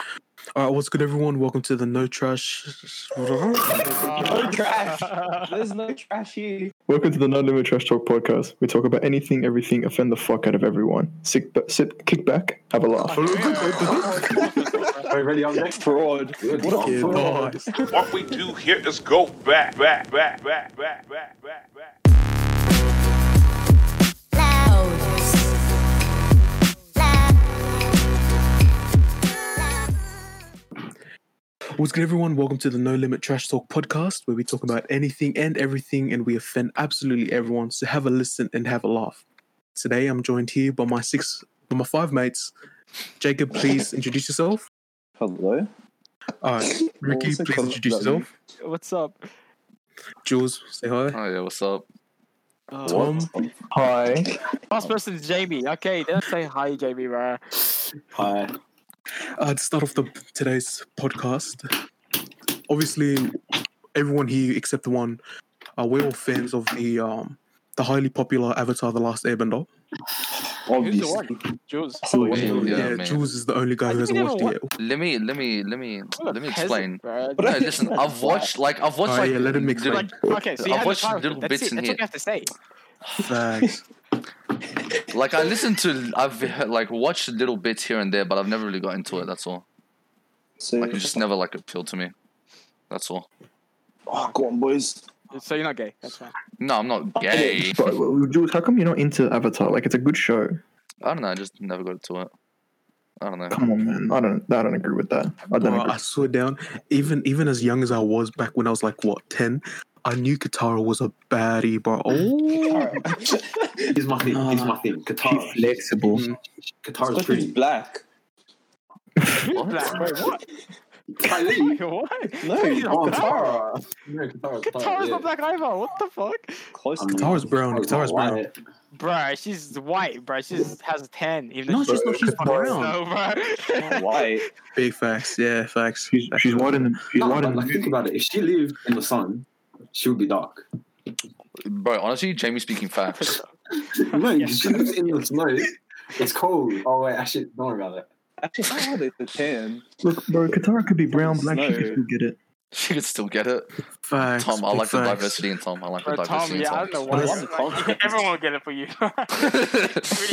All right, Uh, what's good, everyone? Welcome to the No Trash. no trash. There's no trash here. Welcome to the No Limit Trash Talk podcast. We talk about anything, everything, offend the fuck out of everyone. Sit, ba- sit kick back, have a laugh. Already up next fraud. What a fraud. What we do here is go back, back, back, back, back, back, back, back. Loud. Loud. What's good, everyone? Welcome to the No Limit Trash Talk podcast, where we talk about anything and everything, and we offend absolutely everyone. So have a listen and have a laugh. Today, I'm joined here by my six, by my five mates. Jacob, please introduce yourself. Hello. All right, Ricky, Also please called introduce Lovely. yourself. What's up? Jules, say hi. Oh yeah, what's up? Tom, Hi. Last person is Jamie. Okay, don't say hi, Jamie, bro. Hi. uh, to start off the today's podcast, obviously everyone here except the one, uh, we're all fans of the um, the highly popular Avatar: The Last Airbender. Who's the Obviously. one? Jules. Oh, Oh, yeah, yeah, man. Jules is the only guy who I think hasn't watched we never it yet. Let me let me let me What a let me peasant, explain. bruh. But I No, think listen, that's I've flat. watched like I've watched Oh, like yeah, let him little- explain. Okay, so you I've have watched the title. little That's bits it. in That's here. what you have to say. Facts. Like I listened to I've like watched little bits here and there, but I've never really got into it. That's all. So, Like it just never like appealed to me. That's all. oh, go on, boys. So you're not gay. That's fine. No, I'm not gay. But, uh, Jules, how come you're not into Avatar? Like, it's a good show. I don't know. I just never got into it. I don't know. Come on, man. I don't. I don't agree with that. I don't Bro, agree. I swear down. Even even as young as I was back when I was like what ten, I knew Katara was a baddie, bro. Oh, Here's my thing. Here's Ah. my thing. Qatar. flexible. Mm, Qatar's He's pretty. black. Who's black? Wait, what? Kylie. Wait, what? No, He's not black. Tara. No, Qatar. Katara's not black either. What the fuck? Close I'm- to Katara's brown. Katara's brown. Bruh, she's white, bruh. She's has a tan. Even No, though she's not. She's brown. so, bruh. white. Big facts. Yeah, facts. She's, she's white in the. She's No, white in but, like, the. think about it. If she lived in the sun, she would be dark. Bro, honestly, Jamie speaking facts. No, if she lives in the snow. It's cold. Oh wait, actually, don't worry about that. Actually, I don't know the tan. Look, bro, Katara could be brown, Fucking black. She could snow. still get it. She could still get it. Facts. Tom, I big like the facts. diversity in Tom. I like the Bro, Tom, diversity in yeah, I Tom. Oh, don't know why. What is the concept? Everyone will get it for you.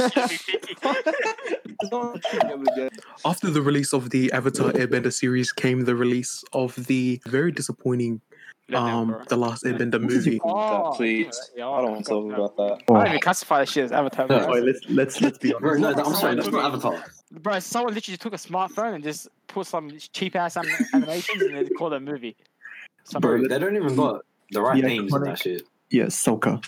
Really should be picky. It's not a thing ever again. After the release of the Avatar Airbender series came the release of the very disappointing Let them, um bruh. The Last Airbender This is movie. Oh, please. yeah, I don't want to talk about that. I don't even classify that shit as Avatar. No, bro. Alright, let's let's let's be honest. Bro, no, that- I'm sorry. That's not Avatar. Bro, someone literally took a smartphone and just put some cheap ass anim- animations and then called it a movie. Some Oh, Bro, they don't even got the right Yeah, names and iconic. that shit. Yeah, Sokka.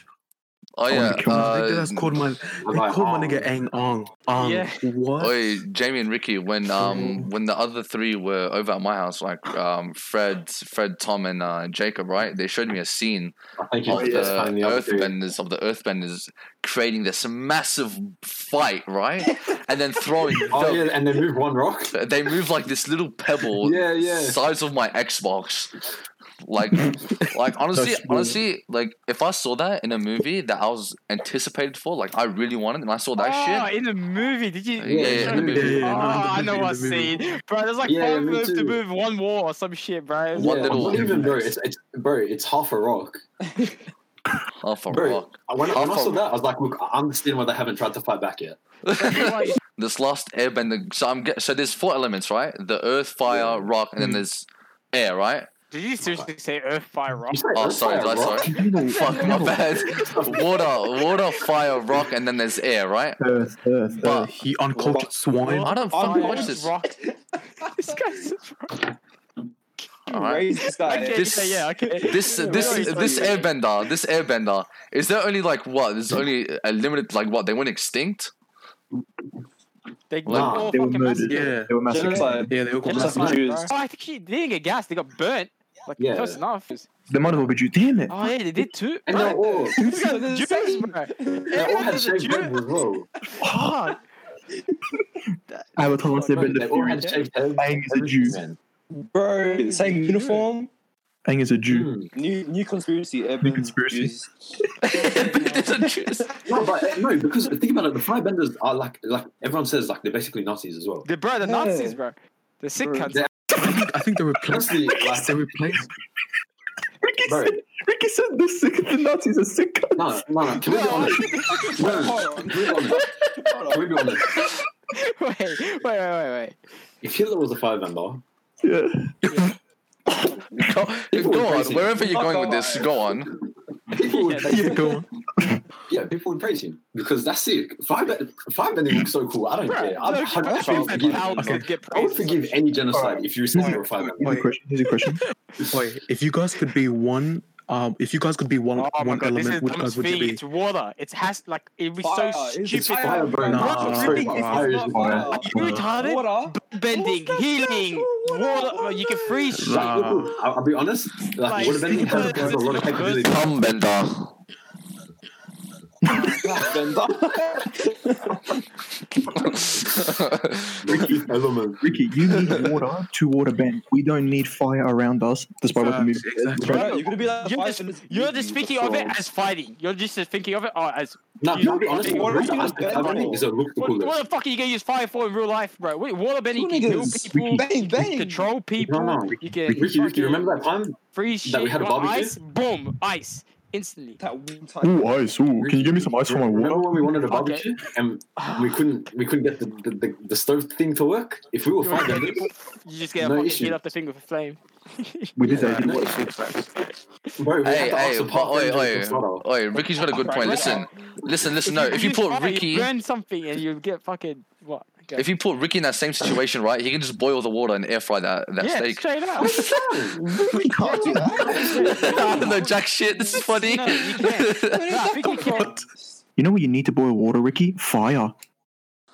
Oh I wanna yeah. kill my uh, They just called my they Like, called oh, my nigga Ang Ong. Ang Yeah. what? Oi, Jamie and Ricky, when um when the other three were over at my house, like um Fred, Fred, Tom, and uh, Jacob, right? They showed me a scene I think of it's the just finding the other dude. Earthbenders of the Earthbenders creating this massive fight, right? And then throwing. Oh the- yeah, and they move one rock. They move like this little pebble, Yeah, yeah. size of my Xbox. Like, like honestly, That's cool. honestly, like if I saw that in a movie that I was anticipated for, like I really wanted, and I saw that oh, shit. in the movie, did you? Yeah, did you yeah, show in the me- movie. Yeah, Oh, yeah, I in the movie, know what in the movie. scene, bro. There's like Yeah, five me moves to too. move one wall or some shit, bro. One Yeah, little- not even bro. It's, it's bro. It's half a rock. Oh, for Bro, fuck. when, when Half I a saw that, I was like, look, I understand why they haven't tried to fight back yet. this last airbender. So I'm get, so there's four elements, right? The earth, fire, rock, and then there's air, right? Did you seriously say Earth, Fire, Rock? You say Oh, Earth, sorry, Fire, guys, Rock? sorry. Fuck, my bad. Water, water, fire, rock, and then there's air, right? Earth, Earth, But- Earth. He uncultured swine. I don't fucking watch this. Rock. this guy's such a rock. All right. Raise this guy. Okay, This- yeah, yeah, okay. This Yeah, this we already this saw you. airbender, this airbender, is there only like what? There's only a limited like what? They went extinct. They Nah, got all they were fucking murdered. massive. Yeah. They were massacred. Genocide. Yeah, they all got massive. Just like- Like, Jews. Oh, I think she they didn't get gassed. They got burnt. Like Yeah. close enough. They might as well be Jews. Damn it. Oh yeah, they did too. And they're all, Look at the Jews, bro. Oh, they all had Everyone's a shaved Jew. heads as well. Fuck. Avatar Bro, Airbender they all had Fury. shaved heads. Mm. Aang is a Jew. Man. Bro, same uniform. Aang is a Jew. Mm. New new conspiracy. Urban conspiracy. Jews. There's a Jews. No, but eh, no, because think about it. The Firebenders are like, like everyone says, like they're basically Nazis as well. The bro, the Yeah. Nazis, bro. The sick Bro, cunts. they're I think, I think they replaced. Honestly, like, They replaced. Ricky bro, said, Ricky said this sick, the Nazis are sick. cunts. no, no, no. Can we be honest? No, no, can we be honest? Can we be honest? wait, wait, wait, wait, If Hitler was a five member, Yeah. Go, People go were on, crazy. wherever you're Fuck going with off. this, go on. people would, wait. Yeah, go on. yeah, people would praise him because that's sick. Five, men- five men looks so cool. I don't care. I'd, I'd, I'd forgive. Okay. I would forgive any genocide if you respond to a five member. Here's a question. Here's a question. Wait, if you guys could be one, um, if you guys could be one, Oh one my god, this is element, the which guys dumbest would you thing. be? It's water. It has like it was Fire. so It's stupid. fire, bro. Nah, What it's you think fire. is Fire not is fire? fire. You retarded? Water? Bending, What's that healing, natural water? water. What You can the- freeze shit. Nah. I'll, I'll be honest. Like, Like, what if anything has, has a lot of capability? Tom Bender. Ricky element. Ricky, you need water to water bend. We don't need fire around us, despite what the movie Facts, says. exactly. Right? Bro, you're gonna be like You're five just, minutes you're deep just in thinking of it the as fighting. You're just thinking of it oh, as. No, You- you, I'll be honest. What What if you I use think bad I think ball? is a look What, cooler. what the fuck are you gonna use fire for in real life, bro? Wait, water bending, you Two can heal niggas. people, Bang, you can bang. control people, no. you can Ricky, Ricky, fucking remember that time? freeze shit. that we had a you want barbecue? ice, boom, ice, instantly. That one time. Ooh, ice. Ooh, can you give me some ice for my Remember water? when we wanted a Okay. barbecue and we couldn't we couldn't get the, the, the, the stove thing to work? If we were You wanna five get members, You just get a No fucking issue. heat up the thing with a flame. We did Yeah, that. no. bro, we Hey, had to ask hey, the but, park oi, ranger oi, to start off. oi, Ricky's got a good point. Listen, listen, listen. No, if you use put fire, Ricky, burn something and you get fucking what? Okay. if you put Ricky in that same situation, right, he can just boil the water and air fry that that yeah, steak. straight up. We can't do that. I don't know jack shit. This is funny. No, you can't. Nah, I think you can. You know what you need to boil water, Ricky? Fire.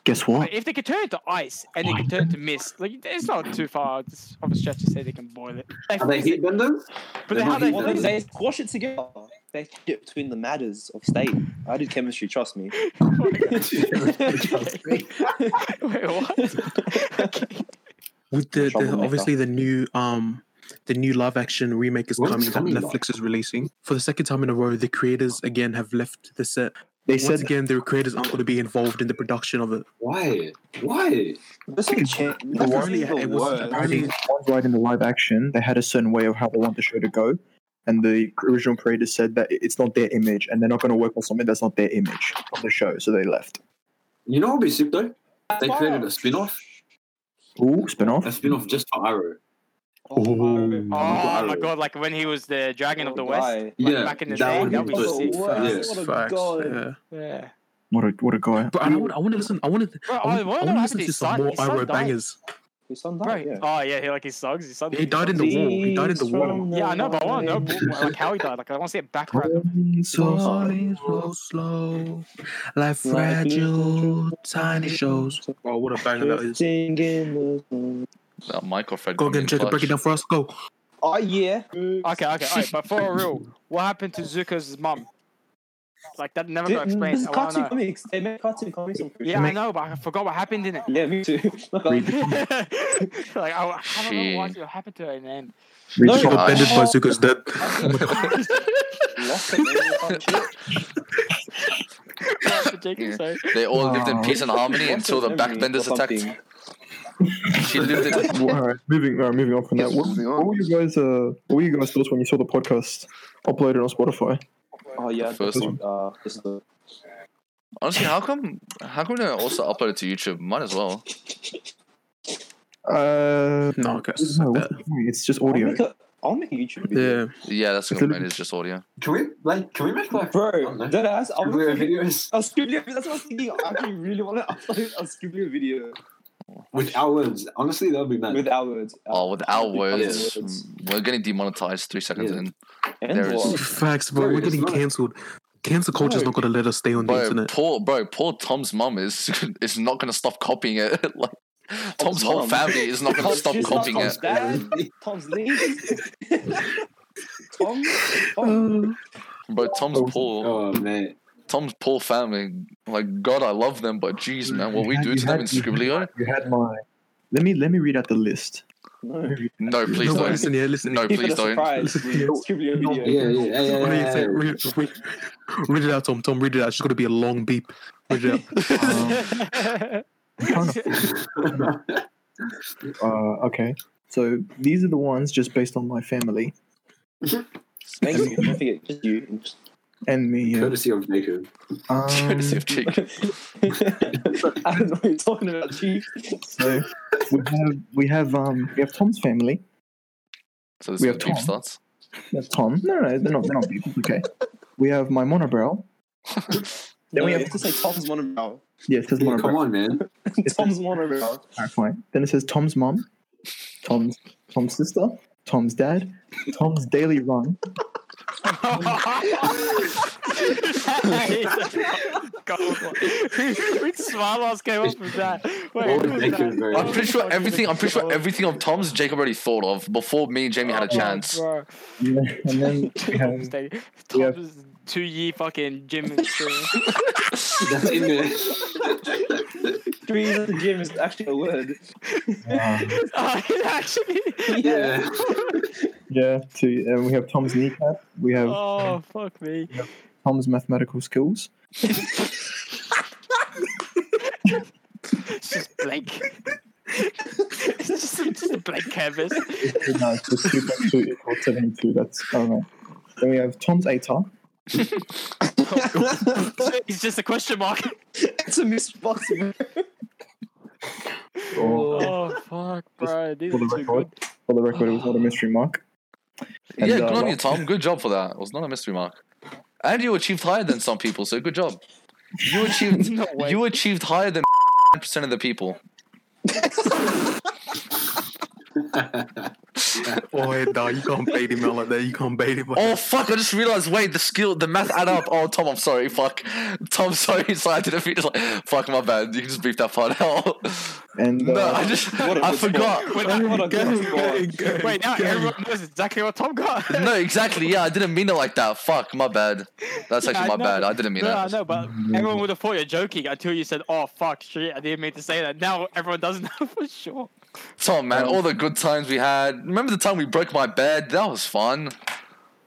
Guess what? But if they can turn it to ice and they can turn it to mist, like it's not too far it's of a stretch to say they can boil it. They Are they freeze it, heat benders? but they're how not they heat Well, benders? they squash it together. They hit between the matters of state. I did chemistry, trust me. Wait, what? Okay. With the, the Troublemaker. obviously the new um the new live action remake is When's coming that coming live? Netflix is releasing for the second time in a row. The creators again have left the set. They Once said again, the creators aren't going to be involved in the production of it. Why? Why? This is cha- Apparently, it was apparently right in the live action, they had a certain way of how they want the show to go, and the original creators said that it- it's not their image, and they're not going to work on something that's not their image of the show, so they left. You know what would be sick though? They created a spin off. Ooh, spin A off. spin off just for Arrow. Oh my god! Like when he was the dragon of the west, like Yeah. back in the that day, would that be was dope. sick. facts, What a facts, god. yeah. Yeah. What a what a guy. But I want, I want to listen. I want to. Bro, I I want to wonder what listen happened to his some son. more His son Iroh died. bangers. His son Bro, died, yeah. oh yeah, he like his songs. His son. He died in the war. He died in the war. Yeah, I know, but I want to know like how he died. Like I want to see it background. Slowly, slow, slow, like fragile, tiny shows. Oh, what a banger that is! That Michael Fred. Go come again, in Jacob. clutch. Break it down for us. Go. Oh yeah. Okay, okay, alright, but for real, what happened to Zuko's mum? Like that never got This explained. is I wanna cartoon know. comics. They make cartoon comics. on Yeah, I know, but I forgot what happened in it. Yeah, me too. like I, I don't know Shit. what happened to her in the end. Read No, the She got Gosh. bended by Zuko's dead. Lost it. Jacob, sorry. They all lived in Wow. peace and harmony until the backbenders attacked. She lived in. all right, moving all right, moving on from that. What, what were you guys uh, what were you guys thoughts when you saw the podcast uploaded on Spotify? Oh yeah, The first this one. is, Uh, this is the Honestly, how come? How come they also upload it to YouTube? Might as well. Uh, No, okay. no, what's the point? it's just I'll audio. make, a, I'll make a YouTube video. Yeah. Yeah, that's It's good. a- It is just audio. Can we like can we make like Bro, Okay. that ass. I'll We're make a videos a Scribbler video. That's what I was thinking. I actually really want to upload a Scribbler video with our words. Honestly, that would be mad. with our words. Oh, with our words, words. we're getting demonetized three seconds Yeah. in. And there it is. what? Facts, bro. Bro, We're it's getting not- cancelled. Cancer culture's not going to let us stay on the Bro, internet. poor bro, poor Tom's mum is is not gonna stop copying it. like Tom's Tom's whole mum. family is not gonna Tom's- stop she's not copying Tom's it. dad, Tom's niece. Tom. Tom. Bro, Tom's Oh. poor, Oh man. Tom's poor family. Like God, I love them, but jeez, man, what we You do had- to them in you had- Scriblio? You had my. Let me let me read out the list. No. No, please no, don't. listen here. Listen. No, Keep it please a don't. surprise. Listen here. Scribbler No. video. Yeah, yeah, yeah, yeah, What do you yeah, say? yeah. Read, read, read it out, Tom. Tom, read it out. It's going to be a long beep. Read it out. Um, I'm trying to- uh, okay. So these are the ones just based on my family Thanks. Don't forget, just you. and me. yeah. Courtesy of Jacob. Um, Courtesy of Jake. I don't know what you're talking about, you. so we have we have um we have Tom's family. So this We is have deep Tom. starts. We have Tom. No, no, they're not. They're not people. Okay. We have my monobrow. Then No, we have- you have to say Tom's monobrow. Yeah, it says Yeah, come monobrow. on, man. Tom's monobrow. Alright, fine. Then it says Tom's mom, Tom's Tom's sister, Tom's dad, Tom's daily run, Gold one. Which smart ass came up with that? Wait, who was Thank you that? very I'm pretty sure everything. I'm pretty sure everything of Tom's Jacob already thought of before me and Jamie had a Oh, chance. bro. and then we have, we have- Tom's two year fucking gym. experience. That's in there. Three years at the gym is actually a word. Oh, it actually. yeah. yeah, two, and we have Tom's kneecap. We have Oh fuck me. Tom's mathematical skills. It's just blank. it's just, it's just a blank canvas. No, it's just two plus two equals seventy-two. That's all right. Then we have Tom's ATAR. It's just a question mark. It's a missed box. bro. Oh fuck, bro. These For are the too good. record, for the record, it was not a mystery mark. And, yeah, uh, good on you, Tom. Good job for that. It was not a mystery mark. And you achieved higher than some people, so good job. You achieved. No way. you achieved higher than percent of the people. Oh, nah, you can't bait him out like that. You can't bait him. Oh fuck! I just realized. Wait, the skill, the math add up. Oh, Tom, I'm sorry. Fuck, Tom, sorry. Sorry, I didn't feel like. Fuck, my bad. You can just beef that part out. And uh, no, I just, What a I good forgot. score. What a good score. Wait, now everyone knows exactly what Tom got. No, exactly. Yeah, I didn't mean it like that. Fuck, my bad. That's Yeah, actually I my know. bad. I didn't mean No, it. I know, but everyone would have thought you're joking until you said, "Oh fuck, shit, I didn't mean to say that." Now everyone does know for sure. Tom, man, all the good times we had. Remember the time we broke my bed? That was fun.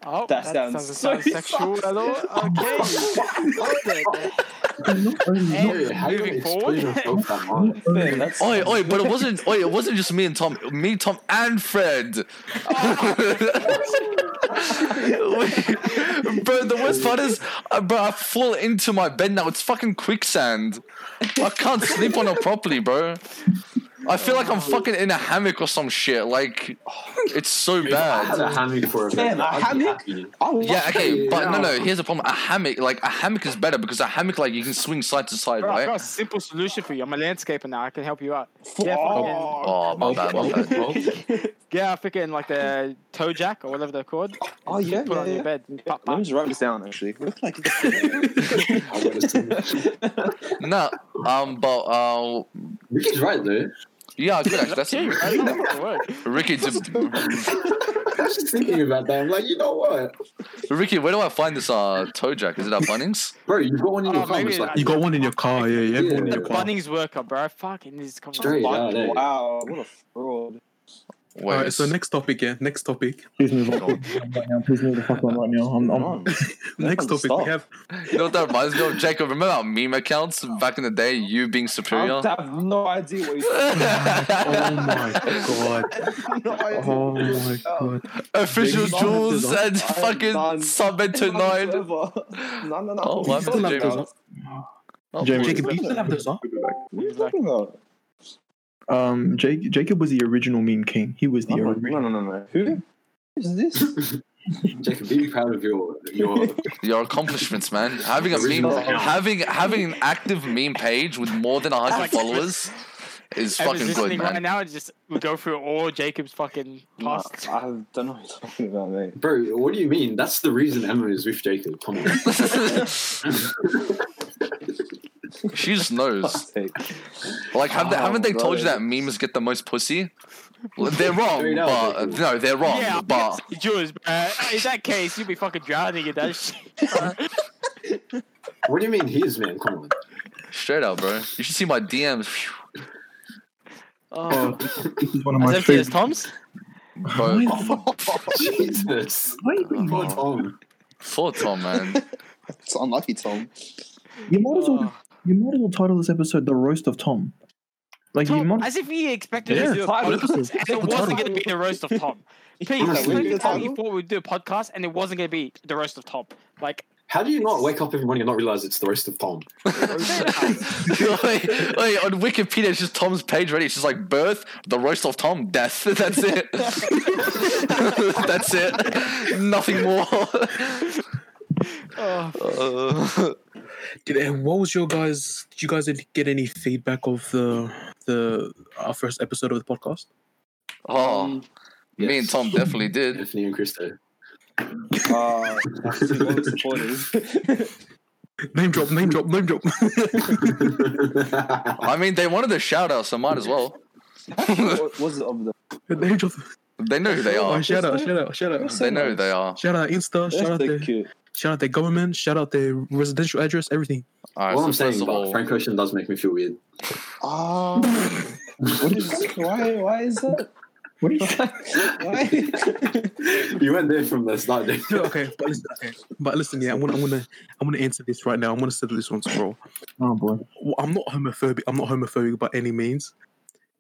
Oh, That sounds doesn't so sound sexual at all. Oh, Okay. Yeah, how and you gonna moving explain forward, yourself that much? Man, that's Oi, oi, but it wasn't. Oi, it wasn't just me and Tom. Me, Tom, and Fred. bro, the worst part is, uh, bro, I fall into my bed now. It's fucking quicksand. I can't sleep on it properly, bro. I feel like I'm fucking in a hammock or some shit. Like, it's so I had bad. a hammock for a bit. Man, a I'd be hammock? happy. Oh, Yeah, okay, but no, Yeah. no. Here's the problem. A hammock, like a hammock, is better because a hammock, like you can swing side to side, bro, I've got right? a simple solution for you. I'm a landscaper now. I can help you out. Yeah, Oh. fucking, Oh my bad, my bad. yeah, freaking like the toe jack or whatever they're called. Oh, yeah, Put yeah, on your yeah. bed. and pop, Let pop. me just write this down, actually. Look like I would've seen it. No, um, but uh, Ricky's right though. yeah, good. Actually, that's Yeah, bro, that's not gonna work. Ricky. d- I was just thinking about that. I'm like, you know what, Ricky, where do I find this uh toe jack? Is it at Bunnings? bro? You've got one in Oh, your thumb. maybe It's like You got one in your car, yeah, yeah. One in Yeah. your car. Bunnings worker, bro. Fucking this conversation. straight out. eh? wow, what a fraud. Wait, All right, so it's- next topic, yeah. Next topic. please move on. Right now, please move the fuck on right now. I'm, I'm, Come on. Next topic, stop. we have you know what that reminds me of, Jacob? Remember our meme accounts back in the day? You being superior. I have no idea what you're Oh my god. no idea. Oh my god. Official Big jewels bonuses, and I am fucking done. sub it to nine. No, no, no. Oh, What what are you talking happened to about? James? What Oh, Jamie. boy. Jacob, do you still have those on? are you talking about? Um, Jake, Jacob was the original meme king. He was the No, original. no, no, no, no. Who is this? Jacob, be proud of your your. Your accomplishments, man. Having a meme, Original account. having having an active meme page with more than hundred Alex, followers Everyone's is fucking good, listening Right man. now, it's just we go through all Jacob's fucking No, past. I have- don't know what you're talking about, mate. Bro, what do you mean? That's the reason Emma is with Jacob. Come on. she just knows. Fuck's sake. Like, have they, Oh, haven't they told you brother. that memes get the most pussy? Well, They're wrong, Straight up, but Jacob. no, they're wrong, Yeah, but Jews, uh, in that case, you'd be fucking drowning in that shit. What do you mean he is, man? Come on. straight out, bro. You should see my DMs, Phew, Oh, This is one of as my empty as favorite. Tom's? bro. Jesus. Poor Oh. Tom. Poor Tom, man. It's unlucky, Tom. You might as well. Oh, You might as well title this episode "The Roast of Tom." Like you Oh, Tom, might. as if he expected Yeah. us to do a Five podcast, episodes. and it wasn't going to be the roast of Tom. Please, Honestly. like, when Take you told me the title. you thought we'd do a podcast, and it wasn't going to be the roast of Tom. Like, How do you not wake up every morning and not realize it's the roast of Tom? like, like, on Wikipedia, it's just Tom's page ready. It's just like birth, the roast of Tom, death. That's it. That's it. Nothing more. Uh, Did, and what was your guys? Did you guys get any feedback of the the our first episode of the podcast? oh, Um, me and Tom definitely did. Anthony and Christo. uh, two old supporters. Name drop, name drop, name drop. I mean, they wanted a shout out, so might as well. what was it of the? name drop. They know who they Oh, are. shout out, shout out, shout out. They know who they are. Shout out Insta, shout out, That's so their, cute. shout out their government, shout out their residential address, everything. All right, Well, I'm so first saying, of but all, Frank Ocean does make me feel weird. Oh, what is, why? Why is that? What is- Why? you went there from the start. dude. Yeah, okay, but listen, okay, but listen, yeah, I'm gonna, I'm gonna, I'm gonna answer this right now. I'm gonna settle this one to roll. oh boy. Well, I'm not homophobic. I'm not homophobic by any means.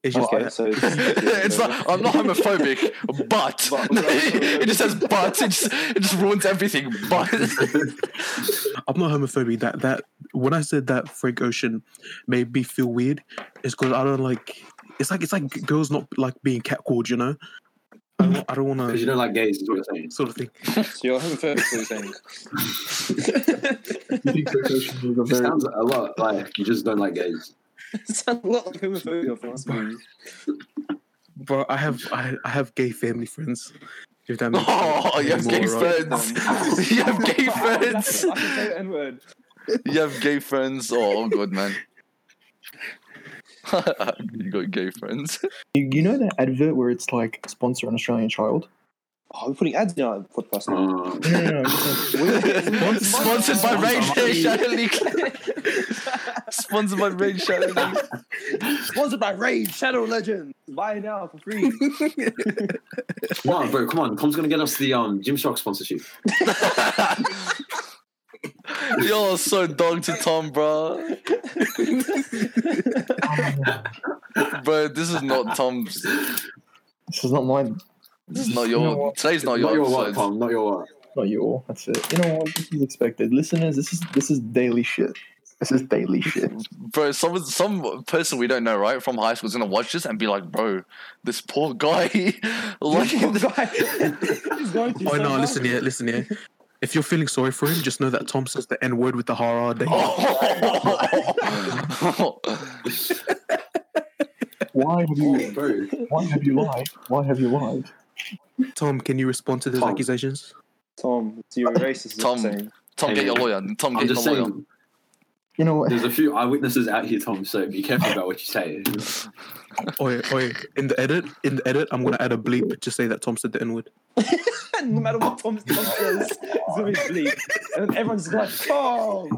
It's just okay, that- so it's not. I'm not homophobic, but it just says but. It just, it just ruins everything. But I'm not homophobic. That that when I said that Frank Ocean made me feel weird, it's because I don't like. It's like it's like g- girls not like being catcalled. You know, I don't, I don't Uh, want Because you to don't like gays, is what you're saying. sort of thing. So you're homophobic, so you're saying. You think Frank Ocean was a It very sounds a lot like you just don't like gays. Sounds a lot like homophobia for us. man. But I have I, I have gay family friends. If that makes oh, you sense. have gay Moron. friends. You have gay friends. I can say the N word. You have gay friends. Oh, I'm good man. you got gay friends. You, you know that advert where it's like sponsor an Australian child? Oh, we're putting ads in our podcast. Oh. now. Um, No, no, no. just like- Sponsored by Rain Shadow League. Sponsored by Rain Shadow League. Sponsored by Rage Shadow Legends. Buy now for free. wow, bro, come on. Tom's going to get us the um, Gymshark sponsorship. Y'all are so dog to Tom, bro. bro, this is not Tom's. This is not mine. This is not You know your. what? Today's not not your your what, episode. Tom. Not your what. Not you all. That's it. You know what? This is expected. Listeners, this is this is daily shit. This is daily shit. Bro, some some person we don't know, right, from high school is gonna watch this and be like, bro, this poor guy. like, He's going to Oh so no! hard. Listen here, listen here. If you're feeling sorry for him, just know that Tom says the N word with the horror day. Why have Oh, you bro. why have you lied? Why have you lied? Tom, can you respond to those Tom. accusations? Tom, so you're a racist. is Tom. what I'm saying. Tom, get your lawyer. Tom, I'm get your just lawyer. saying, You know what? there's a few eyewitnesses out here, Tom, so be careful about what you say. Oi, oi! In the edit, in the edit, I'm gonna add a bleep to say that Tom said the N word. no matter what Tom Tom says, it's gonna be bleak. And then everyone's like, Tom,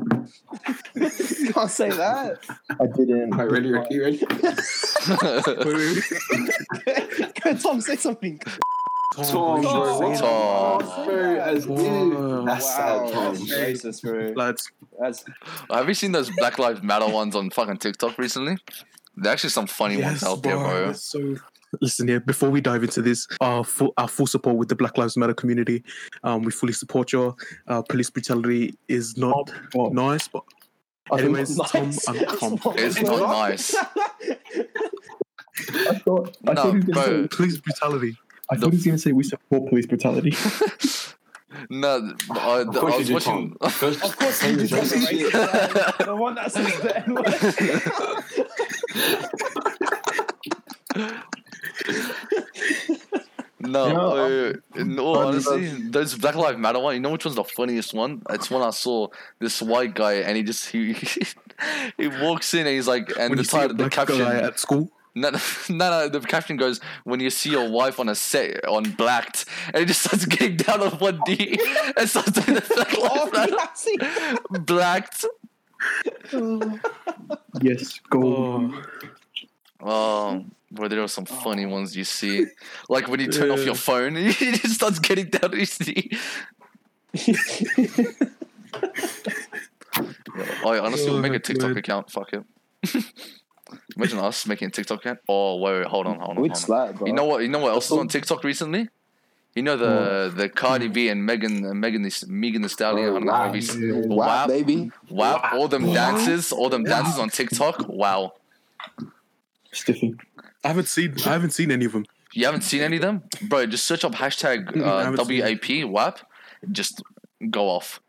you can't say that. I didn't. All right, ready, Ricky, ready? Wait, wait, wait. Tom, say something. Tom, bro. Oh, what- Tom. Bro, as Wow. in. That's sad, Tom. that's racist, bro. lads. That's Have you seen those Black Lives Matter ones on fucking TikTok recently? There's actually some funny ones out there, bro. So listen here. Before we dive into this, our full, our full support with the Black Lives Matter community. Um, we fully support your uh, police brutality is Oh, not well, nice, but I think- anyways, Tom, I'm Tom. It's not nice. I thought, I No, thought he was gonna bro. say, Police brutality. I thought he was gonna say we support police brutality. No, I, Of I course was you do, watching. Tom. First, Of course, he did First- racist. The one that says the N word. No, No, uh, in all honesty, those Black Lives Matter one. You know which one's the funniest one? It's one I saw this white guy, and he just he he walks in and he's like, and When the you see a title, the black guy caption, at school, no, no, no, the caption goes, when you see your wife on a set on Blacked, and he just starts getting down on one knee and starts doing the Black Oh, Lives Matter yeah, I see. Blacked. yes, gold. oh, Oh, Mm-hmm. boy, there are some funny Oh. ones you see. Like when you turn off your phone, he just starts getting down on his knee. I honestly will Oh, make my a TikTok Oh, God. account. Fuck it. Imagine us making a TikTok account. Oh wait, wait, hold on, hold on. We'd Hold on. slap, bro. You know what? You know what else is on TikTok recently? You know the the Cardi B and Megan uh, Megan this Megan Thee Stallion. I don't know wow. if he's- Oh, Wow, Wow. baby. Wow, all them dances, all them dances on TikTok. Wow. Stiffy. I haven't seen I haven't seen any of them. You haven't seen any of them? Bro, just search up hashtag Mm, I uh, haven't seen WAP, WAP. Just go off.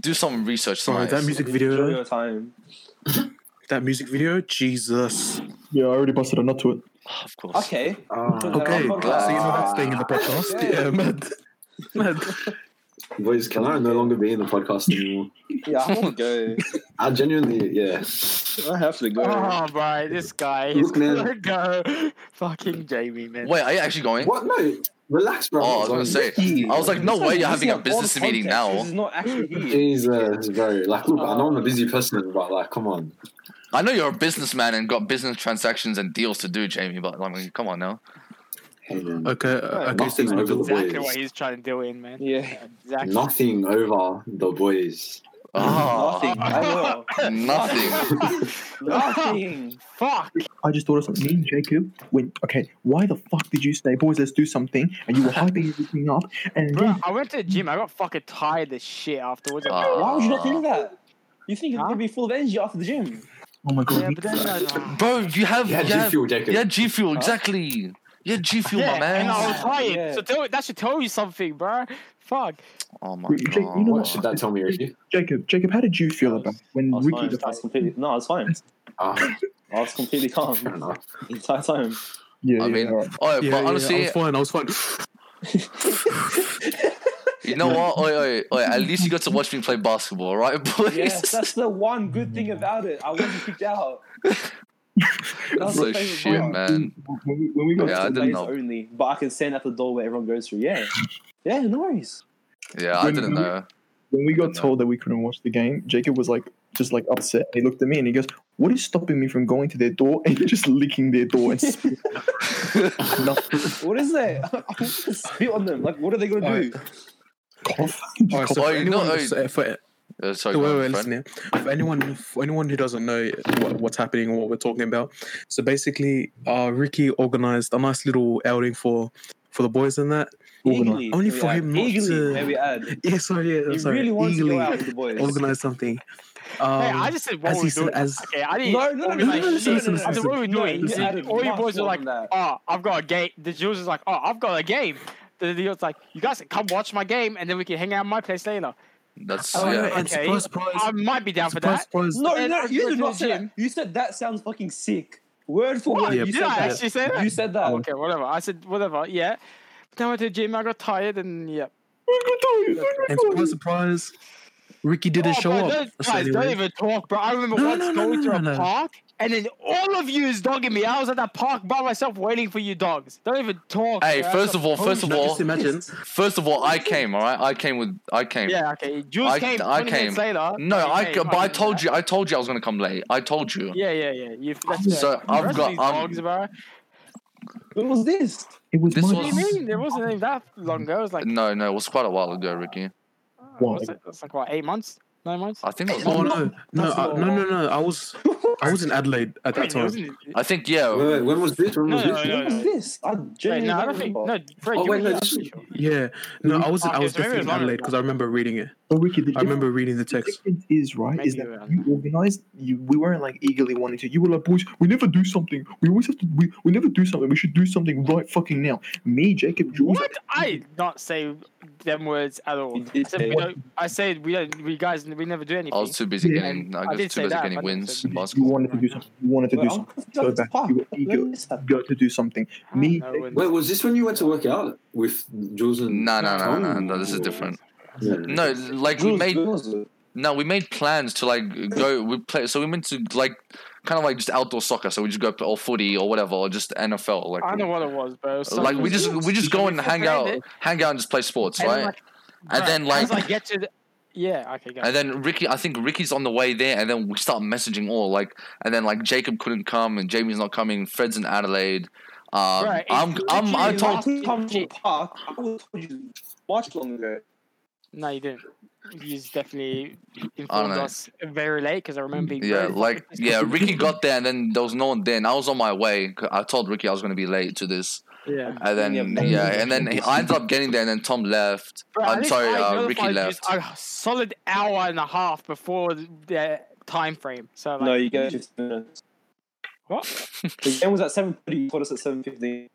Do some research. Bro, Science. that music video, Enjoy though, your time. that music video, Jesus. Yeah, I already busted a nut to it. Oh, of course. Okay. Okay, Uh, so you know that's staying in the podcast. Yeah. Yeah, mad. mad. Boys, can I no longer be in the podcast anymore? Yeah, I want to I genuinely, yeah. go. I have to go. Oh, bro, this guy is Look, man. gonna go. Fucking Jamie, man. Wait, are you actually going? What? No, relax, bro. Oh, I was gonna say. I was like, no way, you're having a business meeting This is now. not actually here. Jesus, bro. Like, look, I know I'm a Uh, busy person, but like, come on. I know you're a businessman and got business transactions and deals to do, Jamie. But I mean, come on now. Hey, man. Okay, uh, okay. Nothing over the Exactly what boys. he's trying to do in, man. Yeah. Exactly. Nothing over the boys. Oh, Nothing. I know. nothing. Nothing. Fuck. I just thought of something. Me and Jacob went, okay, why the fuck did you say, boys, let's do something? And you were hyping everything up. And Bro, then, I went to the gym. I got fucking tired as shit afterwards. Uh, Why would you not think that? You think you're Huh? gonna be full of energy after the gym? oh my god. yeah, but then uh, Bro, you have Yeah, you G have, Fuel, Jacob. you had G Fuel exactly. Yeah, G Fuel, yeah, my and I man. was tired. Yeah. So tell, that should tell you something, bro. Fuck. Oh my Jake, you know What god. should that tell me, Ricky? Jacob, Jacob, how did you feel about when I was Ricky fine. I was completely, no, I was fine. Ah, I was completely calm fair enough. the entire time. Yeah, I mean, yeah, alright. oh, Yeah, but yeah, honestly, I was fine. I was fine. You know what? Oi, oi, oi, at least you got to watch me play basketball, right, boys? Yes, that's the one good thing about it. I wasn't kicked out. That's was so my favorite shit, part. man. when we, when we got Yeah, I Two didn't days know. Only, but I can stand at the door where everyone goes through. Yeah, yeah, no worries. Yeah, I When didn't we- know. when we I got don't know. told that we couldn't watch the game, Jacob was like just like upset. He looked at me and he goes, "What is stopping me from going to their door and just licking their door?" And spit nothing, What is that? I'm gonna spit on them. Like, what are they gonna do? cough. All right, so Oh, for you anyone, know- that's- uh, for, Uh, sorry, wait, go on, wait, wait, friend. listen here. For anyone, for anyone who doesn't know what, what's happening or what we're talking about, so basically, uh, Ricky organized a nice little outing for for the boys and that. Eagerly, Only may for I- him not eagerly, to- may we add. Yeah, sorry, yeah, He sorry. really wants to Eagerly go out with the boys. organize something. Um, hey, I just said what as we he said, doing. as Okay, I didn't. No, no, no, I no, mean, no, like, no, listen, listen, no, no, I listen. said, what are we No, doing? you You see, added all you much boys are more like, than that. oh, I've got a game. The Jules is like, oh, I've got a game. The deal's like, you guys can come watch my game and then we can hang out at my place later. That's Oh, yeah, yeah. and okay. surprise, surprise, I might be down for surprise, that. surprise. No, And no, I'm you going did to not the say gym. that. You said that sounds fucking sick. Word for What? word, Yeah, you did said I that. actually say that? Oh, You said that. okay, whatever. I said whatever. Yeah. But then I went to the gym. I got tired and yeah. And surprise, surprise, Ricky Oh, didn't show bro, up. Don't, So guys, don't anyway, even talk, bro. I remember No, once no, no, going no, to a no, no. park and then all of you is dogging me. I was at that park by myself waiting for you dogs. Don't even talk. Hey, bro. first of all, first of now all, just imagine. first of all, I came, all right. I came with, I came. Yeah, okay. Jules I- came. I 20 minutes came. Later, No, You I, came, c- but I remember told that. you, I told you I was gonna come late. I told you. Yeah, yeah, yeah. You, that's So, right. I've The rest of got- um, these I'm- dogs, bro. What was this? It was This my What do you mean? It wasn't even that long ago. It was like No, no, it was quite a while ago, Ricky. What? What's it? It's like what? Eight months? Nine months? I think. It Oh was, no, no, That's I, not- no, no, no! I was, I was in Adelaide at that Wait, it time. wasn't- I think. Yeah. Wait, wait, when was this? When No, was no, this? no, What was no. this? I Wait, genuinely no, I don't don't think. remember. No, Fred, Oh, you wait, were no, here, this I'm is- pretty sure. Yeah, no, I was, I Ah, Okay, was so maybe definitely it was in longer Adelaide than because I remember reading it. Oh, Ricky, the I difference- remember reading the text. difference is right is Maybe that we you organized. You we weren't like eagerly wanting to. You were like, boys, we never do something. We always have to. We, we never do something. We should do something right fucking now. Me, Jacob, Jules. What? I did not say them words at all. You I did said, say we it. don't, I said we don't. We guys, we never do anything. I was too busy Yeah. getting. I I did was too say busy that, getting but I wins in didn't You basketball. wanted to do something. You wanted to do Wait, something. I'm- So bad. You were Let eager. me stop. You got to do something. Me, No, it wouldn't. Wait, was this when you went to work out with Jules and? No, no, no, no, no. This is Oh. different. Yeah. No, like we Jules, made when was it? No, we made plans to like go. We play. So we meant to like kind of like just outdoor soccer. So we just go play or footy or whatever, or just NFL. Like, I know what it was, bro. So like we just we just go and hang out, And hang out and just play sports, then, right? like, and then as like, I get to, the, yeah, okay, go. and then Ricky. I think Ricky's on the way there, and then we start messaging all like, and then like Jacob couldn't come, and Jamie's not coming. Fred's in Adelaide. Um, Right, I'm it's I'm I literally told last- Come to the park. I would have told you much longer. no, you didn't. you definitely don't informed know. us very late because I remember being Yeah, very like fucking yeah, pissed. Ricky got there and then there was no one there. And I was on my way. 'cause I told Ricky I was gonna be late to this, yeah. and then yeah, and then I ended up getting there, and then Tom left. Bro, at I'm least sorry, I uh, notified Ricky you left. A solid hour and a half before the- the time frame. So like, No, you go to minutes. What? The game was at seven thirty. You caught us at seven fifteen.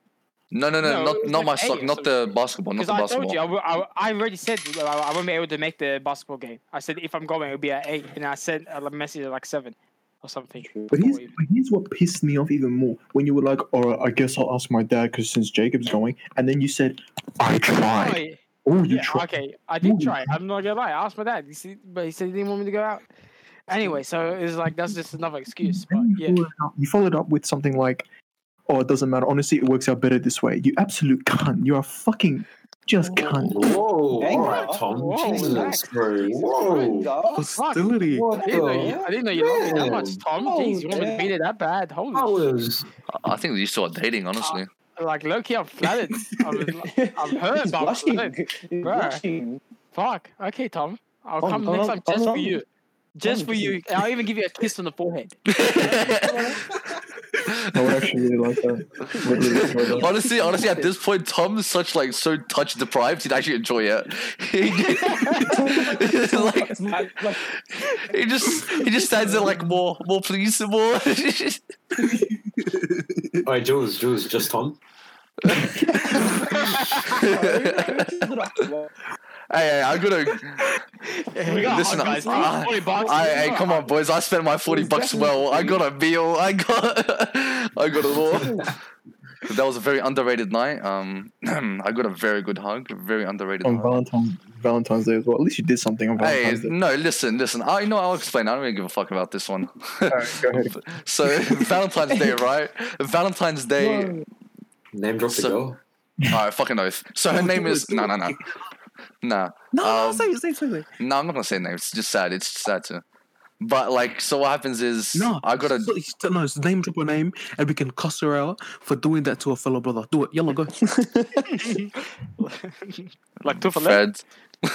No, no, no, No, not it was not like my eight sock, or not the basketball, not Because the I told basketball. you, I, will- I, will- I already said well, I, I won't be able to make the basketball game. I said if I'm going, it'll be at eight, and I sent a message at like seven or something. But here's, Or even- but here's what pissed me off even more when you were like, "Oh, I guess I'll ask my dad because since Jacob's going," and then you said, "I tried." Right. Oh, you Yeah, tried. okay. I did Ooh. try. I'm not gonna lie. I asked my dad, he said- but he said he didn't want me to go out. Anyway, so it was like that's just another excuse. But Then you, yeah, followed up, you followed up with something like, "Oh, it doesn't matter. Honestly, it works out better this way." You absolute cunt. You are fucking Oh, just cunt. Whoa, Hang all right, on. Tom. Whoa, Jesus, relax. bro. Whoa. Hostility. I didn't know you, I didn't know you loved me that Yeah. much, Tom. Oh, Jeez, you want me to beat it that bad? Holy I was. I I think you two are dating, Ah. honestly. shit. Like Loki, I'm flattered. I'm, I'm hurt, He's but I'm blushing. flattered. He's Bruh. blushing. Fuck. Okay, Tom. I'll Tom, come next Tom, time Tom, just for Tom. you. Just Tom, for this you. And I'll even give you a kiss on the forehead. I would actually really like that. Would really enjoy that. honestly, honestly, at this point, Tom's such like so touch deprived. He'd actually enjoy it. like Like, like, he just he just stands there like more, more, please, more. All right, Jules, Jules, just Tom. hey, hey, I'm gonna Listen, I- I- I, hey, come on, boys! I spent my forty bucks well. I got a meal. I got, I got it all. that was a very underrated night. Um, I got a very good hug. a Very underrated. on hug. Valentine's Valentine's Day as well. At least you did something on Hey, Valentine's Day. no, listen, listen. I you know I'll explain. I don't really give a fuck about this one. Alright, go ahead. so Valentine's Day, right? Valentine's Day. Name drop the So- girl. All right, fucking oath. So her name is no, no, no, nah. No, no, Um, say it, say it, say it. No, I'm not gonna say her name. It's just sad. It's just sad too. But like, so what happens is No, I got a So, so- no, it's name drop her name, and we can cuss her out for doing that to a fellow brother. Do it, yellow go. like two for left. Fred. all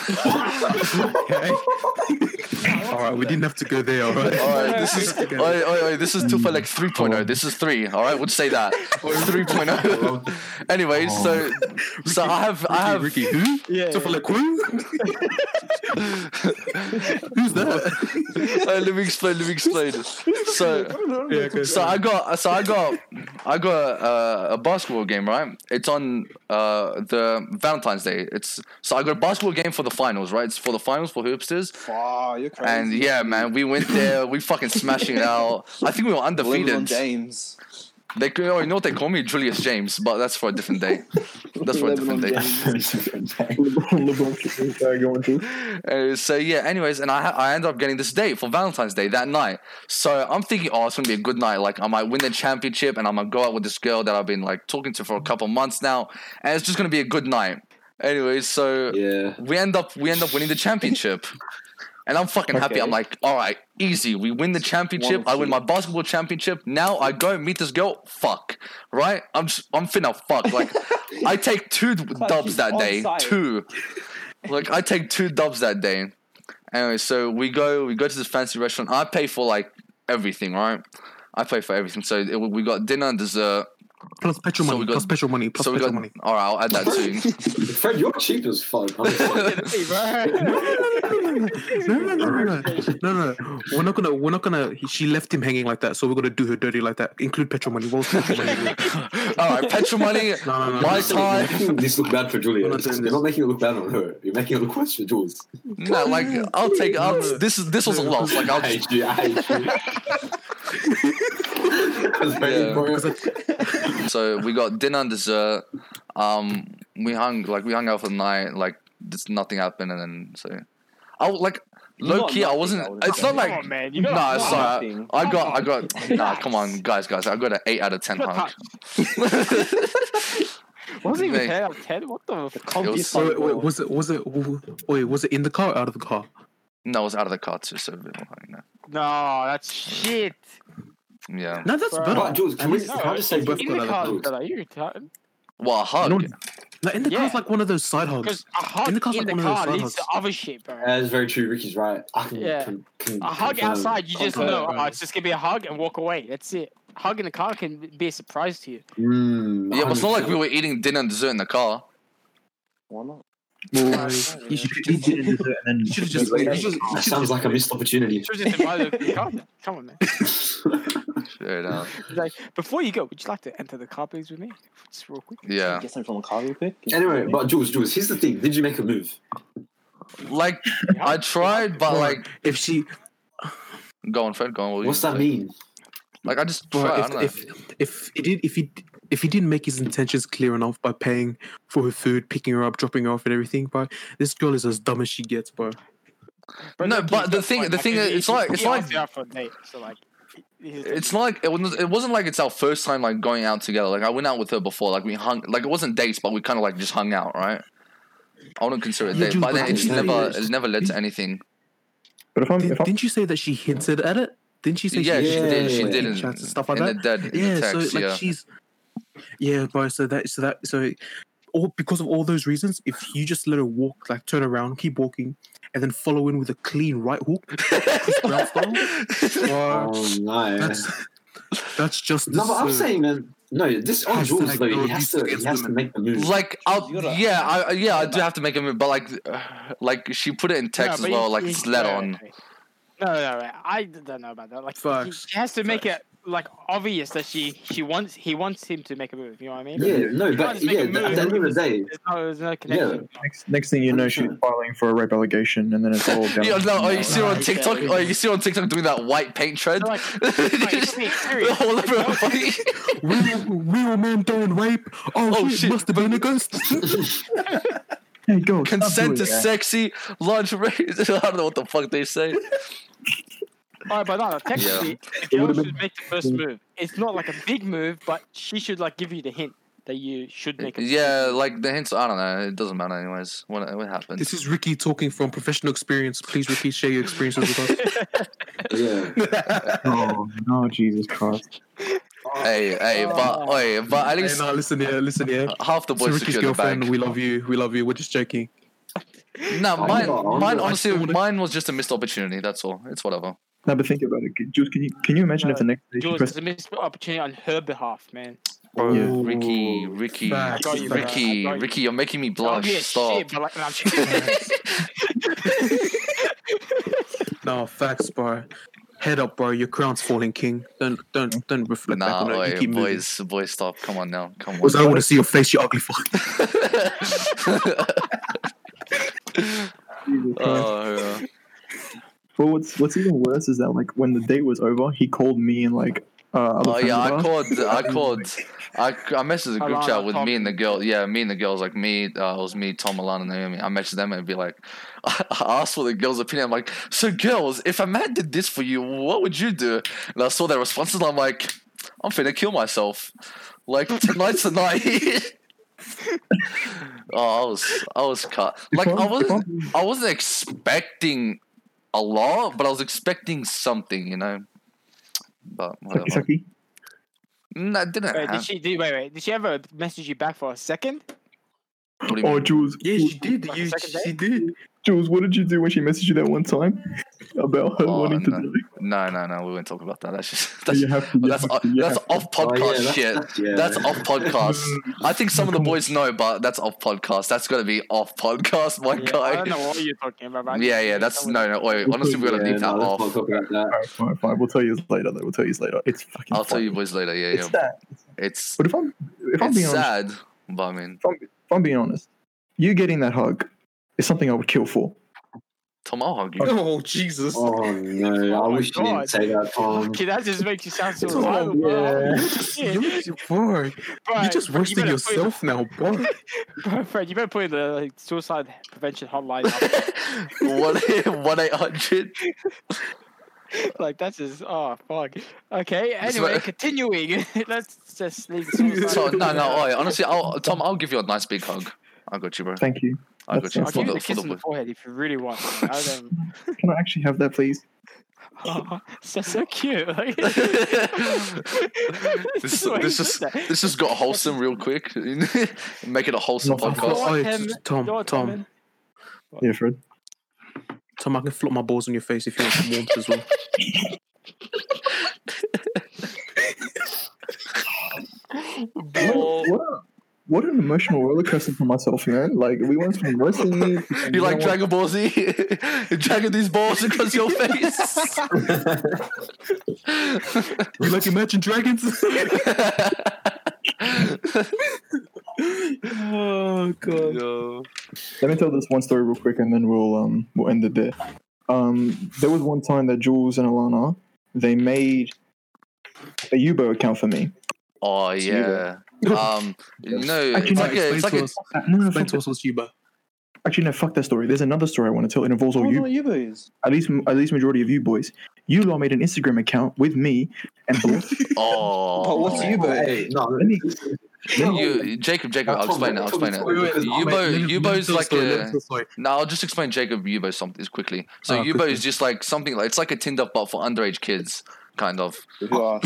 right, we didn't have to go there. All right, All right, this is oi, oi, oi, this is two for Hmm. like 3.0. This is three. All right, we'll say that 3.0. oh. anyway, so so I have I have Oh. Ricky, who? Yeah. So for like who? Who's that? Uh, let me explain. Let me explain. So yeah, okay. so I got so I got I got uh, a basketball game right. It's on uh, the Valentine's Day. It's so I got a basketball game for the finals right. It's for the finals for hoopsters. wow, Ah, you're crazy. And yeah, man, we went there. We fucking smashing it out. I think we were LeBron undefeated. James. They oh, you know what they call me Julius James, but that's for a different day. That's for a different day. LeBron, sorry, go on, Jules. Uh, so yeah, anyways, and I ha- I ended up getting this date for Valentine's Day that night. So I'm thinking, oh, it's gonna be a good night. Like I might win the championship, and I'm gonna go out with this girl that I've been like talking to for a couple months now, and it's just gonna be a good night. Anyways, so Yeah. we end up we end up winning the championship. And I'm fucking happy. Okay. I'm like, all right, easy. We win the championship. I win my basketball championship. Now I go meet this girl. Fuck, right? I'm just, I'm finna fuck. Like, I take two dubs she's that on day. site. Two. Like, I take two dubs that day. Anyway, so we go we go to this fancy restaurant. I pay for like everything, right? I pay for everything. So it, we got dinner and dessert. Plus petrol So money. we got- plus petrol money. Plus so we petrol got. money. All right, I'll add that too. Fred, you're cheap as fuck. honestly. No, no, no, no, no, no, no. We're not gonna. We're not gonna. She left him hanging like that, so we're gonna do her dirty like that. Include petrol money. What was petrol money? all right, petrol money. No, no, no. no. my You're time. making this look bad for Julia. We're not doing You're not this. making it look bad on her. You're making it look worse for Jules. No, like I'll take. I'll, this is this was a loss. Like I'll I hate you. I hate you. That's Yeah. very important. so we got dinner and dessert. Um, we hung like we hung out for the night. Like just nothing happened, and then so I w- like low not key. I nothing, wasn't. I would it's not Come like. on, man. You No, know nah, I'm sorry. nothing. I got, I got. Nah, come on, Relax. guys, guys. I got an eight out of ten hunk. Wasn't even Mate. 10 out of 10? What the fuck? was- Comfy Wait, wait, was it? Was it? Wait, was it in the car? Or out of the car? No, it was out of the car too. So you know. No, that's shit. yeah. No, that's Bruh. better. But Jules, can, we, No, can I just say it's- In the car, brother, you retarded. Well, a hug. No, Like in the car's Yeah. like one of those side hogs. Because a hug In in the the, car's like one of those car side leads to hugs. other shit, bro. That's very true. Ricky's right. I can, Yeah. can, can A hug confirm. outside, you just Confirm. know bro. oh, it's just gonna be a hug and walk away. That's it. A hug in the car can be a surprise to you. Mm, Yeah, but it's not like 100%. we were eating dinner and dessert in the car. Why not? Well, you should He did it, and then you should have just. you should've- you That should've sounds just- like a missed opportunity. Should've just invited the car. Come on, man. Fair enough. Like, before you go, would you like to enter the car, please, with me? Just real quick. Yeah. Get something from the car real quick. anyway, but Jules, Jules, here's the thing. Did you make a move? Like I tried, but like if she, go on, Fred, go on. what were you What's that gonna say? mean? Like I just Well, tried. I don't know. if, if if he did if he if he didn't make his intentions clear enough by paying for her food, picking her up, dropping her off, and everything, bro, this girl is as dumb as she gets, bro. No, like, but he's the just thing- fine, the like, thing he- is, it's he- like- it's he like- asked her out for a date, so like, he's it's not like it wasn't, it wasn't like it's our first time like going out together. Like I went out with her before. Like we hung. Like it wasn't dates, but we kind of like just hung out, right? I wouldn't consider it a Yeah, date, dude, but but then it that's just the thing never is- it never led to anything. But if I'm, Did, if I'm didn't you say that she hinted at it? Didn't she say Yeah, she she hinted at did. yeah, She yeah. did and in, chats and stuff like in that? the dead in yeah, the text. so like yeah. she's yeah, bro. So that so that so all because of all those reasons, if you just let her walk, like turn around, keep walking, and then follow in with a clean right hook, Chris Brown style, bro, Oh no. Uh, that's that's uh, just No, but I'm so- saying, man. No, this on Hashtag Jules though. no He has abuse to. He against has to women. make the move. like I'll, You gotta- yeah, I, yeah, I do have to make a move, but like, uh, like she put it in text as well, like it's let on. No, no, no, I don't know about that. Like, he, Facts. she has to make it like obvious that she she wants he wants him to make a move. You know what I mean? Yeah, no, Can't but make yeah. a At the move. end of the day, There's no, there's no connection. next, next thing you know, she's filing for a rape allegation, and then it's all down. Yeah, no, oh, you see her on Nah, TikTok? yeah, Oh, you see her on TikTok doing that white paint tread? So, like, it's being serious. All over her body. real, real men don't rape. Oh, Oh, shit, shit. must have been a ghost. Hey, go, stop Consent to doing that. sexy lingerie. I don't know what the fuck they say. All right, but no, no, technically, It the girl would've should make the first move. It's not like a big move, but she should like give you the hint that you should make. A Yeah, like the hints. I don't know. It doesn't matter, anyways. What what happened? this is Ricky talking from professional experience. Please, Ricky, share your experiences with us. yeah. Oh no, Jesus Christ! Hey, hey, but hey, but at Oh. Hey, least nah, listen here, listen here. half the So boys Ricky's secured the girlfriend, bag. we love you, we love you. We're just joking. No, Oh, mine, yeah, I'm mine not- I honestly, still wanna- mine was just a missed opportunity. That's all. It's whatever. No, but think about it, Jules. Can you can you imagine if the next day she Jules, pressed, it's a missed opportunity on her behalf, man. Yeah. Ricky, Ricky, facts, I got you, bro. Ricky, I got you. Ricky, you're making me I'll blush. give you a Oh, Stop. Shit, but like, no, I'm just- No facts, bro. Head up, bro. Your crown's falling, king. Don't don't don't reflect back Nah, on it. You wait, keep moving. boys, boys, stop. Come on now. Come Because I on. don't want to see your face, you ugly fuck. Jesus Christ. oh, yeah. Well, what's what's even worse is that like when the date was over, he called me and like uh, oh yeah, I called. called. I called. I, I messaged a group Alana, chat with Tom. me and the girl. Yeah, me and the girls. Like me, uh, it was me, Tom, Alana, Naomi. I messaged them and be like, I asked for the girls' opinion. I'm like, so girls, if a man did this for you, what would you do? And I saw their responses. And I'm like, I'm finna kill myself. Like tonight's the night. oh, I was, I was cut. Like I wasn't, I wasn't expecting a lot, but I was expecting something, you know. But whatever. Sucky, sucky. No, it didn't wait, happen. did she? Did, wait, wait. Did she ever message you back for a second? What do you Oh, mean? Jules. Yeah, Jules- she did. Like a You, second she did. Jules, what did you do when she messaged you that one time about her Oh, wanting no. to do? it? No, no, no. We won't talk about that. That's just You that's oh, have to- you that's, have off- to- you that's have off podcast Oh, yeah, that's- shit. that's- yeah. That's off podcast. I think some of the boys know, but that's off podcast. That's gotta be off podcast, my Yeah, I don't know guy. what you're talking about. but I Yeah, just- yeah. That's no, no. Wait, We'll honestly, put- we gotta Yeah, leave that no, let's not off. talk about that. All right, fine, fine. We'll tell you later. Though. We'll tell you later. It's fucking. I'll tell you funny. boys later. Yeah, It's yeah. sad. It's But if I'm if I'm it's being honest, sad, but I mean, if I'm being honest, you getting that hug is something I would kill for. Tom, I'll hug you. Oh Jesus. Oh no! Oh, my I wish you God. didn't say that, Tom. Okay, that just makes you sound so Tom, wild, bro. yeah. Yeah, You, boy, bro, you're just bro, you roasting better yourself now, boy. Put, bro, Fred, you better put in the like, suicide prevention hotline. up. One one eight hundred. like that's just oh fuck. Okay, That's anyway, what- continuing. Let's just leave. the suicide So no, oh, prevention. no. Wait, honestly, I'll, Tom, I'll give you a nice big hug. I got you, bro. Thank you. I got That's you I'll nice. for give you the the for kiss the on the boys. forehead if you really want. man. I don't- Can I actually have that, please? oh, so so cute. Like, this, this is this has got wholesome real quick. Make it a wholesome Not podcast. Oh, it's Tom, Tom. Yeah, Fred. Tom, I can flop my balls on your face if you want some warmth as well. Bro. What, a- what an emotional roller coaster for myself, man. Like we went from wrestling. to- You like Dragon Ball Z? Dragging these balls across your face. You like Imagine Dragons? oh god. Yo. Let me tell this one story real quick, and then we'll um we'll end it there. Um, there was one time that Jules and Alana they made a Uber account for me. Oh yeah. Um, you know, it's like explain a, it's like to a, us. No, no, Explain fuck to that. us what's Uber. actually no, fuck that story. There's another story I want to tell. It involves I all don't know you, what Yubo is. at least at least majority of you boys. You lot made an Instagram account with me and blocked oh. Oh, what's Uber? Hey, no, let me. You, Jacob, Jacob, I'll explain it. I'll explain it. Yubo, Yubo's like a. No, I'll just explain Jacob Yubo something quickly. So Ah, Yubo quickly. is just like something like it's like a Tinder but for underage kids, kind of. Oh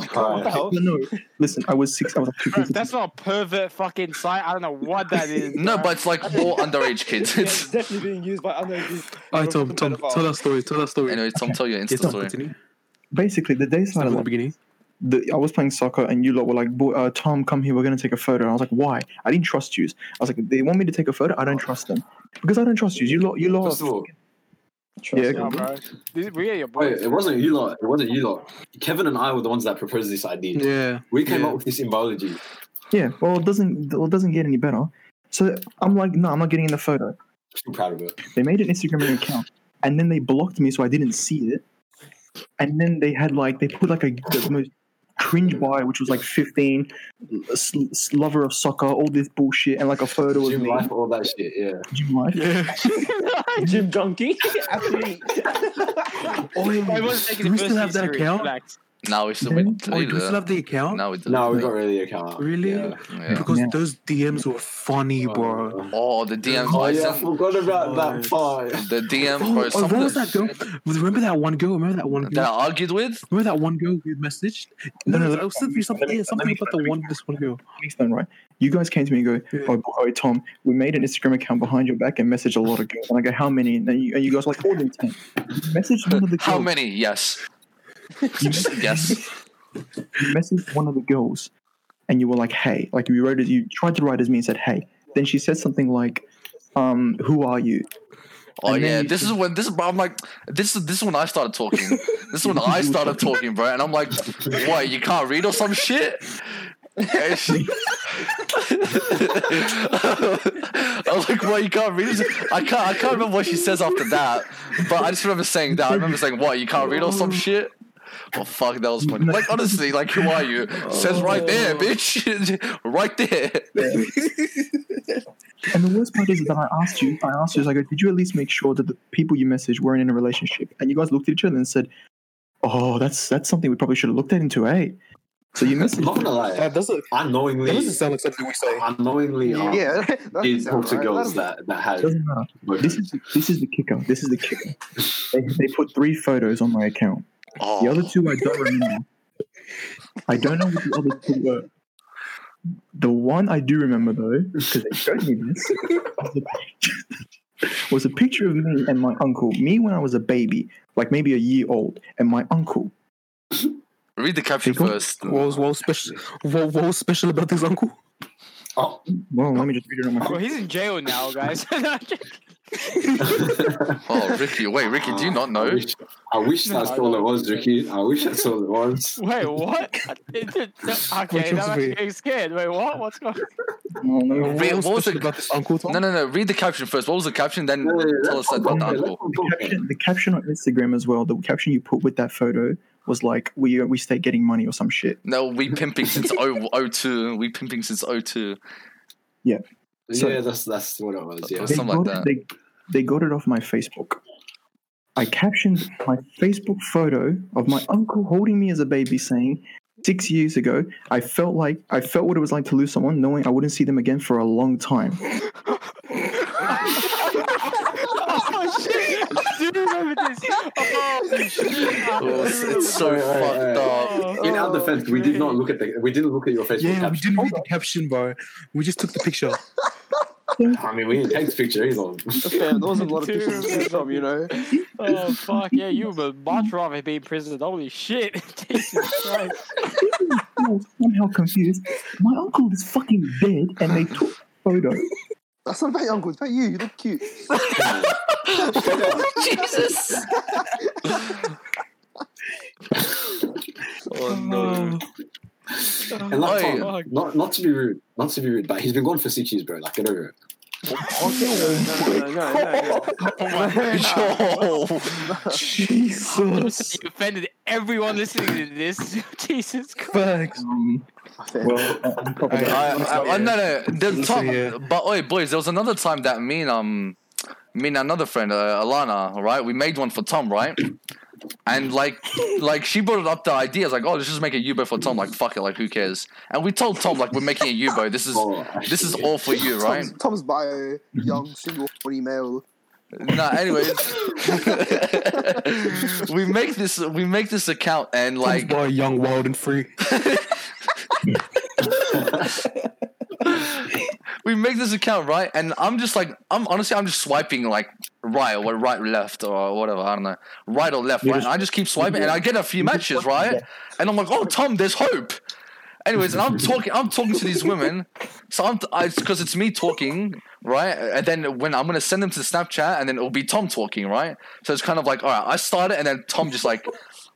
my god, what the hell? No, no. Listen, I was six. I was like, Bro, that's not a pervert fucking site. I don't know what that is. No, bro. but it's like for underage kids. Yeah, it's It's, definitely being used by underage. Alright, Tom, Tom, pedophile. tell us story, tell us story. anyway, Tom, tell your Yes, Insta Tom, story. continue. basically the day Start started. from the Like, beginning. the, I was playing soccer, and you lot were like, Boy, uh, "Tom, come here. We're gonna take a photo." And I was like, "Why? I didn't trust you." I was like, "They want me to take a photo. I don't trust them because I don't trust you. You lot, you lot." First of all, Yeah, No, bro. This- We are your wait, boys. it wasn't you lot. It wasn't you lot. Kevin and I were the ones that proposed this idea. Yeah. We came Yeah. up with this in biology. yeah. Well, it doesn't well, it doesn't get any better. So I'm like, "No, I'm not getting in the photo." I'm proud of it. They made an Instagram account, and then they blocked me, so I didn't see it. And then they had like they put like a the most cringe bio, which was like 15, s- s- lover of soccer, all this bullshit, and like a photo of Gym me, life, all that shit. Yeah. gym life. Yeah. Gym donkey. Athlete. It wasn't Oh, Do taking we the still have that first serious, account? relax. Now it's the Then- Oh, do we still have the account? Now we do. No, we got really a car. Really? Yeah. Yeah. Because Yeah. those DMs were funny, bro. Oh, the DMs. Oh I yeah, I sent, forgot about that Nice. part. the DM Oh, bro. oh, some of what was the that girl? Remember that one girl? Remember that one that girl? I argued with? Remember that one girl who messaged? No, No, no, no, no. I was thinking something, yeah, something about the one, this one girl. Kingston, right? You guys came to me and go, Yeah. oh, oh, Tom, we made an Instagram account behind your back and messaged a lot of girls. And I go, how many? And, then you, and you guys were like, all them 10. Message one of the girls. How many? Yes. yes. You messaged one of the girls and you were like, hey. Like you wrote it, you tried to write as me and said, hey. Then she said something like, um, who are you? Oh And then yeah, you this is when this is. Bro, I'm like, this is this is when I started talking. This is when I started talking, bro. And I'm like, what? You can't read or some shit. And she- I was like, "What? You can't read?" I can't. I can't remember what she says after that. But I just remember saying that. I remember saying, "What? You can't read or some shit." Oh fuck, that was funny. Like honestly, like who are you? Says right there, bitch. right there. And the worst part is that I asked you, I asked you, I was like, did you at least make sure that the people you messaged weren't in a relationship? And you guys looked at each other and said, oh, that's that's something we probably should have looked at into, eh? So you I'm messaged not gonna lie. doesn't, Unknowingly, sound like something we say. unknowingly, yeah, Yeah, that did sound talk to right. girls That- that that had. doesn't matter. This is this is the kicker. This is the kicker. They, they put three photos on my account. Oh, The other two I don't remember. I don't know what the other two were. The one I do remember though, because they showed me this, was a- was a picture of me and my uncle. Me when I was a baby, like maybe a year old, and my uncle. read the caption Jacob? first. What was, what was special? What, what was special about this uncle? Oh, Well, let me just read it on my. Well, he's in jail now, guys. Oh, Ricky, wait, Ricky, do you not I know? wish, I wish that's No, I all it don't. was, Ricky. I wish that's all it was. Wait, what? okay, now I'm Josephine. getting scared. Wait, what? What's going? No, no, no. Wait, What was what was special it? about this uncle? Tom? No, no, no. Read the caption first. What was the caption? Then tell us about the uncle. The caption, the caption on Instagram as well. The caption you put with that photo was like, "We uh, we stay getting money" or some shit. No, we pimping since 0- 02. We pimping since 02. So- yeah, that's that's what it was. Yeah. Or something like got that. It, they, they got it off my Facebook. I captioned my Facebook photo of my uncle holding me as a baby, saying, six years ago, I felt like I felt what it was like to lose someone, knowing I wouldn't see them again for a long time. Oh shit! I do remember this. Oh, Oh, it's, it's so Alright, alright, fucked up. In our defense, we did not look at the we didn't look at your Facebook Yeah, we caption. didn't read the caption, bro. We just took the picture. I mean, we didn't take this picture either. Fair, there was a lot of Dude. pictures to choose from, you know. Oh fuck yeah, you would much rather be in prison. Holy shit. Jesus Christ. Oh, somehow confused. My uncle is fucking dead, and they took a photo. That's not about your uncle. It's about you. You look cute. Jesus. oh no. And like, Oi. Tom, not not to be rude, not to be rude, but he's been gone for six years, bro. Like, get over it. No, no, no, no, no. Yo. Jesus. You offended everyone listening to this. Jesus Christ. Facts. Um, well, uh, on top of I, that, I, I, no, no. The Listen top, here. but oi, boys, there was another time that me and um, me and another friend, uh, Alana, right? We made one for Tom, right? And like, like she brought up the idea. It's like, oh, let's just make a Yubo for Tom. Like, fuck it, like who cares? And we told Tom like we're making a Yubo. This is Oh, actually, this is all for you, right? Tom's, Tom's bio, young, single, horny male. Nah, anyways, we make this we make this account and like boy, young, wild, and free. we make this account right, and I'm just like I'm honestly I'm just swiping like right or right left or whatever I don't know right or left right. And I just keep swiping and I get a few matches right, and I'm like oh Tom, there's hope. Anyways, and I'm talking I'm talking to these women, so I'm because it's me talking right, and then when I'm gonna send them to Snapchat, and then it'll be Tom talking right. So it's kind of like all right, I start it, and then Tom just like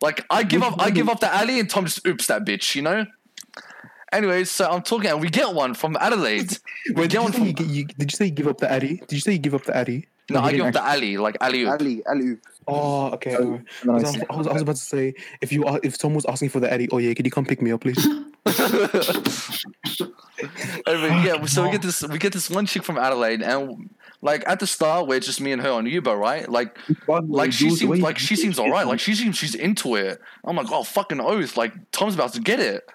like I give up I give up the alley, and Tom just oops that bitch, you know. Anyways, so I'm talking, and we get one from Adelaide. We Wait, did get you, one say you, from gi- you, did you say you give up the Addy? Did you say you give up the Addy? no, you I give didn't up the alley, like alley. Ali, Ali. Oh, okay. all right. and I I, was, said, I was- I was about to say if you are, if someone was asking for the Addy, oh yeah, could you come pick me up, please? Anyway, yeah, so we get this, we get this one chick from Adelaide, and like at the start, we're just me and her on Uber, right? Like, by the way, like she Jules, the way seems you like she did seems it, alright. Like she seems she's into it. I'm like, oh fucking oath! Like Tom's about to get it.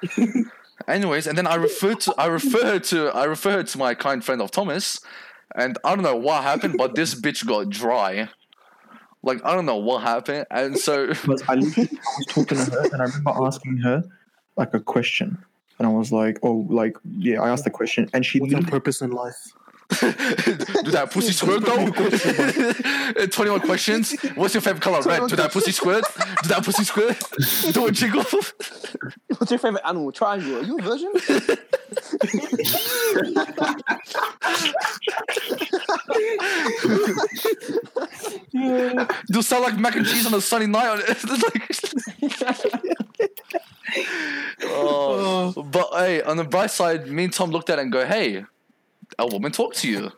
Anyways, and then I refer to I refer her to I refer her to my kind friend of Thomas, and I don't know what happened, but this bitch got dry. Like I don't know what happened, and so was I, literally- I was talking to her and I remember asking her like a question. And I was like, oh, like, yeah, I asked the question. And she What's your literally purpose in life? Do that pussy squirt though? 21 questions. What's your favorite color? Red. Do that pussy squirt? Do that pussy squirt? Do a jiggle? What's your favorite animal? Triangle. Are you a virgin? Do sound like mac and cheese on a sunny night? It's like... oh. But hey, on the bright side, me and Tom looked at it and go, hey, a woman talked to you.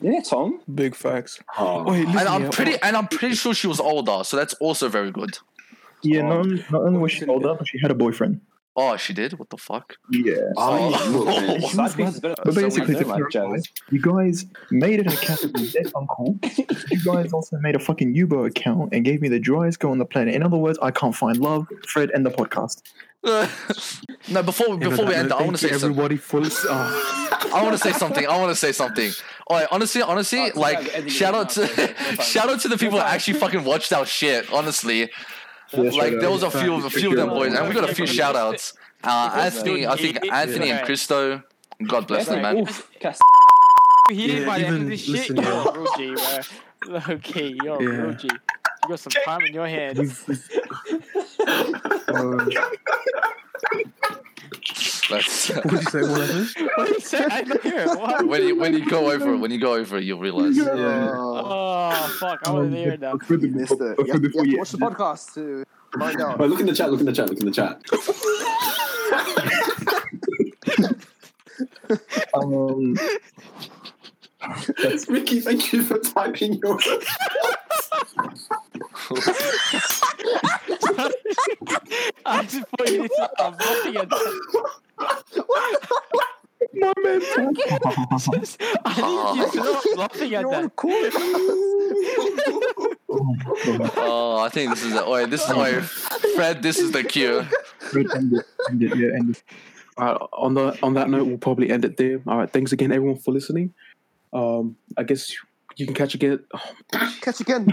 yeah, Tom. Big facts. Oh. Wait, listen And I'm here. pretty and I'm pretty sure she was older, so that's also very good. Yeah, not, not only was she older, but she had a boyfriend. Oh, she did? What the fuck? Yeah. Oh, yeah, look, man. Oh. Side piece is better. But than basically, someone to I don't like clarify, jazz. you guys made it an account with your dead uncle. You guys also made a fucking Yubo account and gave me the driest girl on the planet. In other words, I can't find love, Fred, and the podcast. no, before You know, before we that end, note, I want to thank say you, something. everybody full. Oh, I want to say something. I want to say something. All right, honestly, honestly, Alright, like yeah, editing shout it out to now, so it's fine. shout out to the people that actually fucking watched our shit. Honestly, like there was a few a few of them boys, and we got a few shout outs. Uh, Anthony, I think Anthony and Christo. God bless them, man. Oof, can I You hear Yeah, by the end even- of this shit? listen, You're yeah. a real G, bro. Okay, you're a real Yeah. G. You got some time in your hands. That's, what did you say? What happened? what did you say? I didn't hear it. What? when you when you go over it, when you go over it, you'll realize. say? Oh, Oh fuck! I wasn't there now. you missed it. You have, Before- you have before to you- watch the podcast to find out. Wait, look in the chat. Look in the chat. Look in the chat. Um, Ricky, thank you for typing your. I just put you this up. I'm looking at my man, Tom. this. I think you just laughing at You're all that. cool. Oh, I think this is it. Oi, this is oi, Fred. This is the cue. Fred, end it, end it, yeah, end it. All right, Uh, on the on that note, we'll probably end it there. All right, thanks again, everyone, for listening. Um, Oh, I guess you can catch again. Catch again.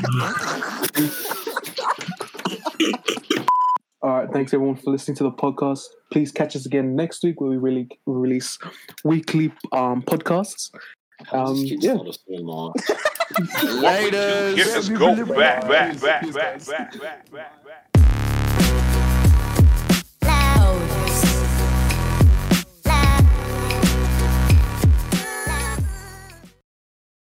All right, thanks everyone for listening to the podcast. Please catch us again next week where we really release weekly um, podcasts. Um, yeah. Laters. Here's go back, back, back, back, back, back, back, back.